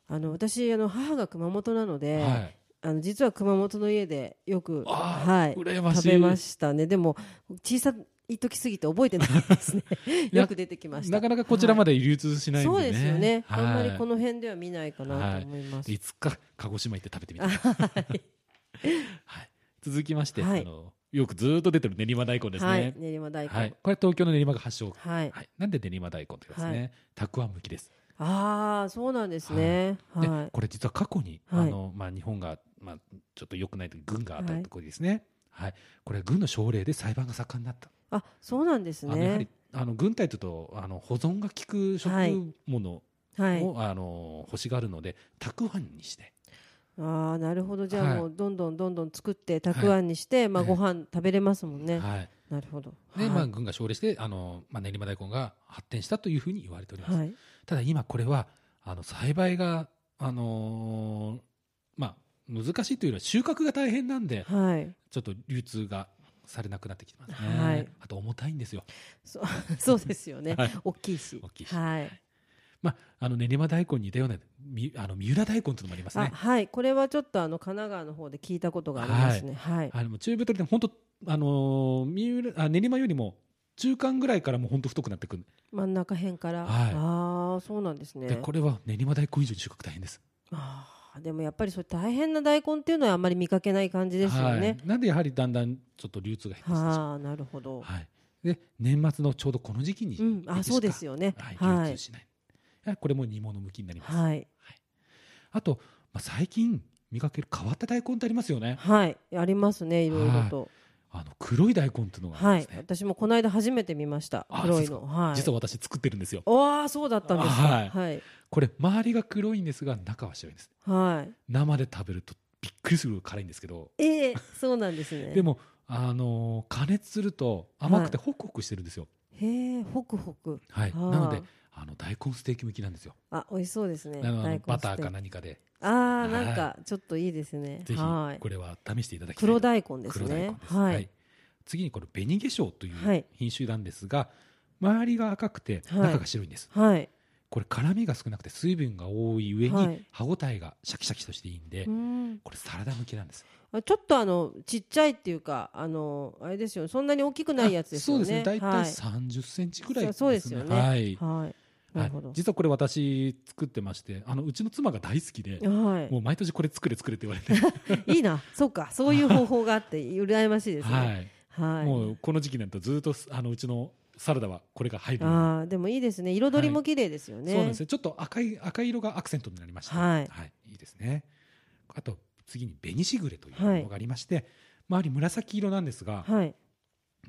Speaker 1: あの私あの母が熊本なので、
Speaker 2: はい。
Speaker 1: あの実は熊本の家でよく
Speaker 2: あー
Speaker 1: はい
Speaker 2: 羨ましい
Speaker 1: 食べましたね。でも小さい時すぎて覚えてない
Speaker 2: (laughs)
Speaker 1: ですね。
Speaker 2: や
Speaker 1: よく出てきました。
Speaker 2: なかなかこちらまで流通しないんでね。
Speaker 1: そうですよね、
Speaker 2: はい
Speaker 1: あんまりこの辺では見ないかなと思います、
Speaker 2: いつか鹿児島行って食べてみたい。
Speaker 1: はい
Speaker 2: はい。続きまして、
Speaker 1: はい
Speaker 2: あのよくずーっと出てる練馬大根です
Speaker 1: はい
Speaker 2: ね。
Speaker 1: 練馬大根
Speaker 2: は
Speaker 1: はいい、。
Speaker 2: これ東京の練馬が発祥。
Speaker 1: はい
Speaker 2: はい。なんで練馬大根って言うんです
Speaker 1: は
Speaker 2: ね。たくあんむきです。
Speaker 1: ああそうなんですねはい、
Speaker 2: で、これ実は過去に、
Speaker 1: はい
Speaker 2: あのまあ日本がまあちょっと良くないと軍があったところですね。はい。これは軍の奨励で裁判が盛んになった。
Speaker 1: あそうなんです
Speaker 2: あのやはり
Speaker 1: ね
Speaker 2: あの軍隊というとあの保存が効く食
Speaker 1: はい
Speaker 2: 物
Speaker 1: はい
Speaker 2: をあの欲しがるのでたくあんにして。
Speaker 1: ああなるほどじゃあ
Speaker 2: はい
Speaker 1: もうどんどんどんどん作ってたくあんにして、まあ
Speaker 2: ええ
Speaker 1: ご飯食べれますもんね、
Speaker 2: はい。
Speaker 1: なるほど
Speaker 2: で、ま
Speaker 1: は
Speaker 2: あ、
Speaker 1: い、
Speaker 2: 軍が勝利して、あの、まあ、練馬大根が発展したというふうに言われております。
Speaker 1: はい
Speaker 2: ただ、今、これは、あの、栽培が、あのーまあ、難しいというよりは、収穫が大変なんで、
Speaker 1: はい
Speaker 2: ちょっと流通がされなくなってきてますね。
Speaker 1: はい
Speaker 2: あと、重たいんですよ。
Speaker 1: そうそうですよね、
Speaker 2: はい
Speaker 1: 大きいし
Speaker 2: 大きいし
Speaker 1: はい
Speaker 2: まあ、あの、練馬大根に似たような、み、あの、三浦大根というのもあります
Speaker 1: あ
Speaker 2: ね。
Speaker 1: はいこれはちょっとあの神奈川の方で聞いたことがありますねはい、
Speaker 2: あの、中太りで、本当あのー三浦、あ、練馬よりも、中間ぐらいからもう本当太くなってくる。
Speaker 1: 真ん中辺から、
Speaker 2: はい
Speaker 1: ああそうなんですね
Speaker 2: で、これは練馬大根以上に収穫大変です。
Speaker 1: あーでもやっぱりそれ大変な大根っていうのはあんまり見かけない感じですよね
Speaker 2: は。い、なんでやはりだんだんちょっと流通が減ってきてしまう
Speaker 1: はあなるほど、
Speaker 2: はい、で年末のちょうどこの時期に、
Speaker 1: うん、あそうです
Speaker 2: よ、
Speaker 1: よね。
Speaker 2: はい、
Speaker 1: は
Speaker 2: 流
Speaker 1: い
Speaker 2: 通しない、はいこれも煮物向きになります、
Speaker 1: はい、
Speaker 2: あと、まあ、最近見かける変わった大根ってありますよね
Speaker 1: はい、ありますねいろいろと。
Speaker 2: あの黒い大根っていうのがあ
Speaker 1: は
Speaker 2: るん
Speaker 1: い
Speaker 2: です、ね、
Speaker 1: 私もこの間初めて見ました
Speaker 2: あ
Speaker 1: 黒い
Speaker 2: そう
Speaker 1: の。
Speaker 2: で
Speaker 1: はい。
Speaker 2: 実は私作ってるんですよ
Speaker 1: ああそうだったんですか。
Speaker 2: は
Speaker 1: はい
Speaker 2: い
Speaker 1: はい
Speaker 2: これ周りが黒いんですが中は白いんです生で食べるとびっくりするぐらい辛いんですけど
Speaker 1: ええそうなんですね。
Speaker 2: でも、あのー加熱すると甘くてホクホクしてるんですよ、
Speaker 1: へえホクホク。
Speaker 2: はい
Speaker 1: あー
Speaker 2: なのであの大根ステーキ向きなんですよ、
Speaker 1: あ美味しそうですね。
Speaker 2: あの
Speaker 1: 大根
Speaker 2: バター
Speaker 1: ステ
Speaker 2: か
Speaker 1: ーキ。
Speaker 2: 何かで
Speaker 1: ああなんかちょっといいですね。
Speaker 2: ぜひ
Speaker 1: はい。
Speaker 2: これは試していただきたい
Speaker 1: 黒
Speaker 2: と
Speaker 1: 大根です
Speaker 2: 黒大根
Speaker 1: ね
Speaker 2: で。す。
Speaker 1: は
Speaker 2: はいい。。次にこれ紅化粧とい
Speaker 1: はいう
Speaker 2: 品種なんですが、周りが赤くて
Speaker 1: はい
Speaker 2: 中が白いんです。
Speaker 1: はい。
Speaker 2: これ辛みが少なくて水分が多い上
Speaker 1: は
Speaker 2: に
Speaker 1: い
Speaker 2: 歯ごたえがシャキシャキとしていいんで、
Speaker 1: うん。
Speaker 2: これサラダ向きなんです。
Speaker 1: あちょっとあのちっちゃいっていうかあのあれですよねそんなに大きくないやつですよね。
Speaker 2: あそうですね。だいた
Speaker 1: はい
Speaker 2: い三十センチくらい
Speaker 1: そうですよね
Speaker 2: はい。
Speaker 1: はい。なるほど
Speaker 2: はい。実はこれ私作ってまして、あのうちの妻が大好きで、も
Speaker 1: は
Speaker 2: う毎年これ作れ作れって言われて、
Speaker 1: い。いいな。そうか。そういう方法があって羨ましいですね。
Speaker 2: は。
Speaker 1: はいい。
Speaker 2: もうこの時期になるとずっとあのうちのサラダはこれが入るように
Speaker 1: ああでもいいですね。彩りも綺麗ですよね。
Speaker 2: そうなんですよ。ちょっと赤い、赤い色がアクセントになりました。
Speaker 1: はい
Speaker 2: い、いですね。あと、次に紅しぐれというものがありまして、周り紫色なんですが、
Speaker 1: はい。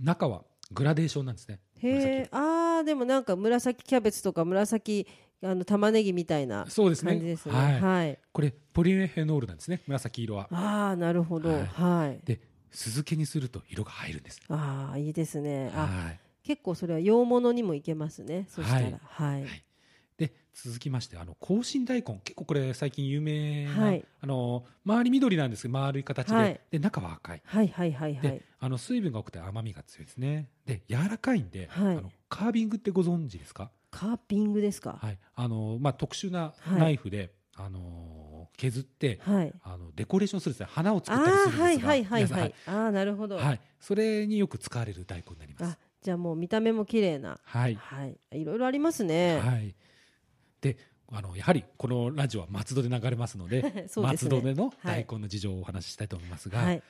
Speaker 2: 中はグラデーションなんですね。
Speaker 1: へえ。ああでもなんか紫キャベツとか紫あの玉ねぎみたいな
Speaker 2: 紫そうです
Speaker 1: 感
Speaker 2: ね。
Speaker 1: じですね。
Speaker 2: はい。
Speaker 1: はい。
Speaker 2: これ、ポリエフェノールなんですね。紫色は。
Speaker 1: ああなるほど。
Speaker 2: はい
Speaker 1: はい。
Speaker 2: で、酢漬けにすると色が入るんです。
Speaker 1: ああいいですね。あ
Speaker 2: はい。
Speaker 1: 結構それは洋物にもいけますね。そしたら
Speaker 2: はい
Speaker 1: はい
Speaker 2: はいで続きましてあの紅芯大根結構これ最近有名な、
Speaker 1: はい
Speaker 2: あの周り緑なんですけど丸い形で,、
Speaker 1: はい
Speaker 2: で中は赤い
Speaker 1: はいはいはいは
Speaker 2: で、
Speaker 1: い。
Speaker 2: あの水分が多くて甘みが強いですねで柔らかいんで、
Speaker 1: はい
Speaker 2: あのカービングってご存知ですか、
Speaker 1: カーピングですか。
Speaker 2: はいあのまあ、特殊な
Speaker 1: はい
Speaker 2: ナイフで、あのー削って
Speaker 1: はい。
Speaker 2: あのデコレーションするんですね花を
Speaker 1: あ
Speaker 2: 作ったり
Speaker 1: あ
Speaker 2: するんです
Speaker 1: ー
Speaker 2: が
Speaker 1: はいはいはい
Speaker 2: 皆さん
Speaker 1: はい。ああなるほど。
Speaker 2: はいはいそれによく使われる大根になりま
Speaker 1: あ
Speaker 2: す
Speaker 1: じゃあもう見た目も綺麗な。
Speaker 2: はい、
Speaker 1: はい。いろいろありますね。
Speaker 2: はい、であのやはりこのラジオは松戸で流れます
Speaker 1: (laughs)
Speaker 2: ので
Speaker 1: そうです
Speaker 2: 松
Speaker 1: ね
Speaker 2: 戸での
Speaker 1: はい
Speaker 2: 大根の事情をお話ししたいと思いますが、
Speaker 1: はい。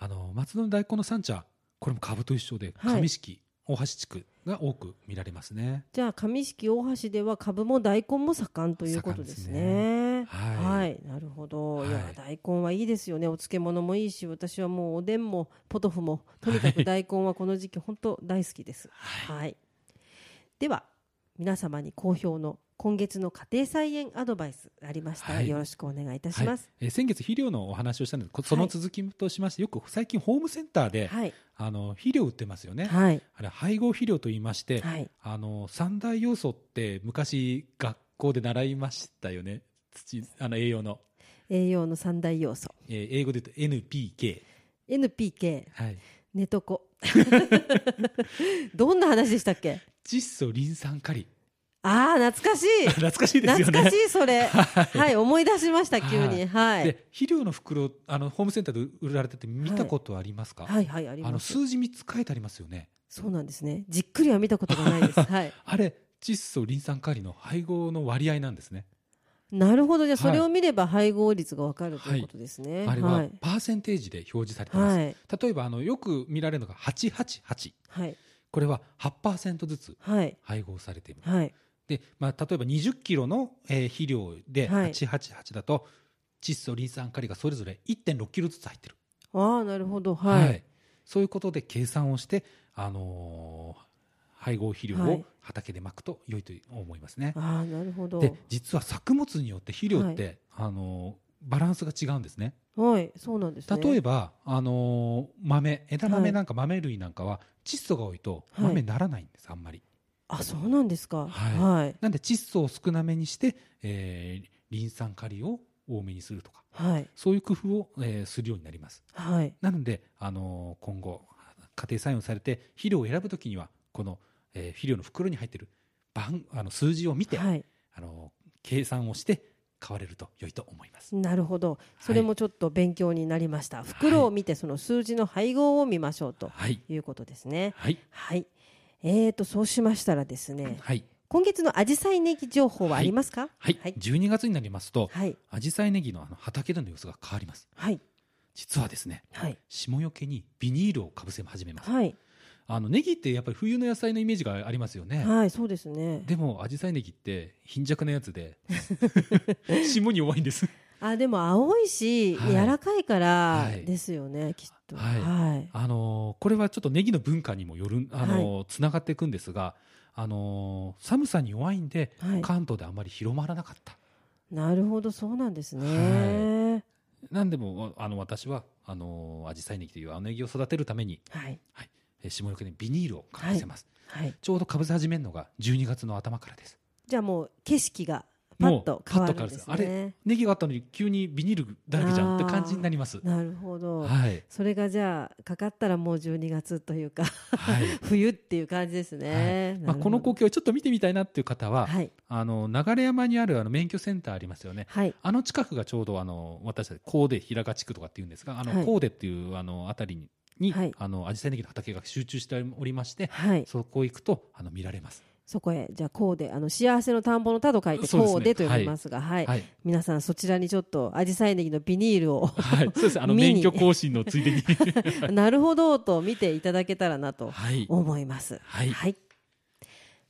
Speaker 2: あの松戸の大根の産地はこれも株と一緒で
Speaker 1: はい
Speaker 2: 上敷、大橋地区が多く見られますね。
Speaker 1: じゃあ上式大橋では株も大根も盛んということですね。
Speaker 2: 盛んですね
Speaker 1: は
Speaker 2: はい
Speaker 1: い、なるほど。い、や
Speaker 2: はい
Speaker 1: 大根はいいですよね。お漬物もいいし、私はもうおでんもポトフもとにかく大根はこの時期本当大好きです。はい、では皆様に好評の今月の家庭菜園アドバイスありましたら、
Speaker 2: はい
Speaker 1: よろしくお願いいたします。
Speaker 2: はいえー先月肥料のお話をしたのでこその続きとしまして、よく最近ホームセンターで、
Speaker 1: はい、
Speaker 2: あの肥料売ってますよね、
Speaker 1: はい、
Speaker 2: あれ配合肥料と言いまして、
Speaker 1: はい。
Speaker 2: あの三大要素って昔学校で習いましたよね土あの栄養の、
Speaker 1: 栄養の三大要素、
Speaker 2: えー英語で言うと NPK、
Speaker 1: NPK、
Speaker 2: はい、
Speaker 1: 寝とこ。どんな話でしたっけ？
Speaker 2: 窒素リン酸カリ
Speaker 1: ああ懐かしい。
Speaker 2: 懐かしいですよね
Speaker 1: 懐かしいそれ
Speaker 2: はい
Speaker 1: はい思い出しました急にはい
Speaker 2: で肥料の袋あのホームセンターで売られてて見たことありますか、
Speaker 1: はいはいあり
Speaker 2: あ
Speaker 1: ま
Speaker 2: の
Speaker 1: す
Speaker 2: 数字3つ書いてありますよね
Speaker 1: そうなんですねじっくりは見たことがないです
Speaker 2: (laughs)
Speaker 1: はい
Speaker 2: あれ窒素リン酸カリの配合の割合なんですね
Speaker 1: なるほどじゃあ
Speaker 2: は
Speaker 1: そ
Speaker 2: い
Speaker 1: れを見れば配合率がわかるということですね
Speaker 2: あれ
Speaker 1: は
Speaker 2: はいパーセンテージで表示されてます、
Speaker 1: はい
Speaker 2: 例えばあのよく見られるのが888
Speaker 1: はい
Speaker 2: これは8%ずつ
Speaker 1: はい
Speaker 2: 配合されています
Speaker 1: はい
Speaker 2: で、まあ、例えば20キロの、えー肥料で
Speaker 1: はい
Speaker 2: 888だと、窒素リン酸カリがそれぞれ1.6キロずつ入ってる、
Speaker 1: ああなるほどはい
Speaker 2: そういうことで計算をして、あのー配合肥料
Speaker 1: は
Speaker 2: を
Speaker 1: い
Speaker 2: 畑でまくと良いと思いますね、
Speaker 1: ああなるほど
Speaker 2: で実は作物によって肥料って、あのーバランスが違うんですね
Speaker 1: はいそうなんですね
Speaker 2: 例え
Speaker 1: ば
Speaker 2: ば、あのー豆枝
Speaker 1: は
Speaker 2: 豆
Speaker 1: い
Speaker 2: なんか豆類なんかは窒素が多いと
Speaker 1: はい
Speaker 2: 豆にならないんです、あんまり
Speaker 1: あそうなんですか
Speaker 2: はい
Speaker 1: はい
Speaker 2: なんで窒素を少なめにして、えーリン酸カリを多めにするとか
Speaker 1: はい
Speaker 2: そういう工夫を、えーするようになります
Speaker 1: はい
Speaker 2: なので、あのー今後家庭採用されて肥料を選ぶときにはこの、えー肥料の袋に入っている番あの数字を見て、
Speaker 1: はい
Speaker 2: あのー計算をして買われると良いと思います
Speaker 1: なるほどそれもちょっと勉強になりました袋を見てその数字の配合を見ましょうと
Speaker 2: はい
Speaker 1: いうことですね
Speaker 2: はい
Speaker 1: はい。えーと、そうしましたらですね、
Speaker 2: はい
Speaker 1: 今月のアジサイネギ情報はありますか。
Speaker 2: はい、
Speaker 1: はい。
Speaker 2: 12月になりますと
Speaker 1: はい。
Speaker 2: 紫陽花ネギのあの畑での様子が変わります
Speaker 1: はい。
Speaker 2: 実はですね
Speaker 1: はい。
Speaker 2: 霜よけにビニールをかぶせ始めます
Speaker 1: はい。
Speaker 2: あのネギってやっぱり冬の野菜のイメージがありますよね、
Speaker 1: はい、そうですね。
Speaker 2: でもアジサイネギって貧弱なやつ
Speaker 1: (laughs)
Speaker 2: で霜に弱いんです
Speaker 1: あ、でも青いし、
Speaker 2: はい
Speaker 1: 柔らかいから
Speaker 2: はい
Speaker 1: ですよね、きっと。
Speaker 2: はい
Speaker 1: はい。
Speaker 2: あのーこれはちょっとネギの文化にもよるあのー、つながっていくんですがあのー寒さに弱いんで
Speaker 1: はい
Speaker 2: 関東であまり広まらなかった、
Speaker 1: なるほど、そうなんですね
Speaker 2: は。なんでもあの私はあのアジサイネギという青ネギを育てるために
Speaker 1: はい。
Speaker 2: えー霜よけにビニールをかぶせます、
Speaker 1: はい。
Speaker 2: ちょうどかぶせ始めるのが12月の頭からです
Speaker 1: じゃあ、もう景色が。パッと変わるんです
Speaker 2: もうパッと変わるん
Speaker 1: ね。
Speaker 2: ネギがあったのに急にビニールだらけじゃんって感じになります
Speaker 1: なるほど。
Speaker 2: はい
Speaker 1: それがじゃあ、かかったらもう12月というか、 (laughs)
Speaker 2: はい
Speaker 1: 冬っていう感じですね。
Speaker 2: まあ、この光景をちょっと見てみたいなっていう方は、
Speaker 1: はい。
Speaker 2: あの流山にあるあの免許センターありますよね。
Speaker 1: はい。
Speaker 2: あの近くがちょうどあの私たち神戸平賀地区とかっていうんですが、あ
Speaker 1: は
Speaker 2: の
Speaker 1: い
Speaker 2: 神戸っていうあのあたりに。に
Speaker 1: はい
Speaker 2: あの紫陽花ネギの畑が集中しておりまして、
Speaker 1: はい。
Speaker 2: そこ行くとあの見られます。
Speaker 1: そこへ、じゃあ、こうで、あの、幸せの田んぼの田と書いて、
Speaker 2: そうですね
Speaker 1: こうでと読みますが、はい。
Speaker 2: はい、、
Speaker 1: 皆さん、そちらにちょっと、アジサイネギのビニールを
Speaker 2: はい、そうです。あの
Speaker 1: 見に
Speaker 2: 免許更新のつい
Speaker 1: (laughs)
Speaker 2: でに。
Speaker 1: なるほどと見ていただけたらなと
Speaker 2: はい、
Speaker 1: 思います。
Speaker 2: はい、
Speaker 1: はい。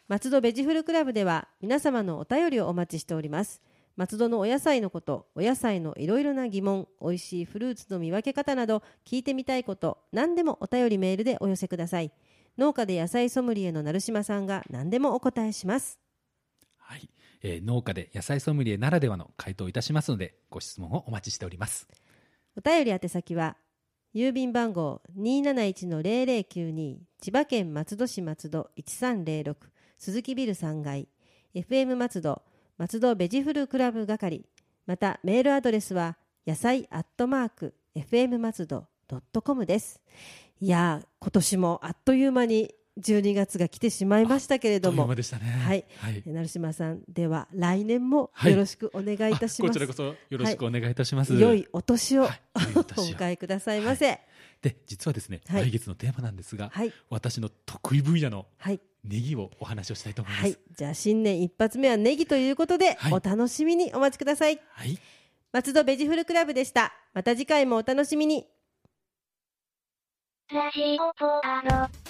Speaker 1: 松戸ベジフルクラブでは、皆様のお便りをお待ちしております。松戸のお野菜のこと、お野菜のいろいろな疑問、おいしいフルーツの見分け方など、聞いてみたいこと、何でもお便りメールでお寄せください。農家で野菜ソムリエの成島さんが何でもお答えします。
Speaker 2: はい、えー農家で野菜ソムリエならではの回答をいたしますので、ご質問をお待ちしております。
Speaker 1: お便り宛先は郵便番号271-0092千葉県松戸市松戸1306鈴木ビル3階 FM 松戸松戸ベジフルクラブ係またメールアドレスは野菜アットマーク FM 松戸ドットコムですいやー今年もあっという間に12月が来てしまいましたけれど
Speaker 2: という
Speaker 1: も
Speaker 2: 間でしたね。
Speaker 1: はい
Speaker 2: はい。
Speaker 1: 成島さんでは来年も
Speaker 2: はい
Speaker 1: よろしくお願いいたし
Speaker 2: あこ
Speaker 1: ま
Speaker 2: ち
Speaker 1: す、
Speaker 2: らこそよろしくお願いいたします。
Speaker 1: 良いお年を、
Speaker 2: はい良いお年を
Speaker 1: お迎えくださいませはい
Speaker 2: で実はですね、
Speaker 1: はい
Speaker 2: 来月のテーマなんですが、
Speaker 1: はい、
Speaker 2: 私の得意分野の
Speaker 1: はい
Speaker 2: ネギをお話をしたいと思います。
Speaker 1: じゃあ新年一発目はネギということで、
Speaker 2: はい
Speaker 1: お楽しみにお待ちください
Speaker 2: はい
Speaker 1: 松戸ベジフルクラブでしたまた次回もお楽しみに
Speaker 3: ラジオポアド。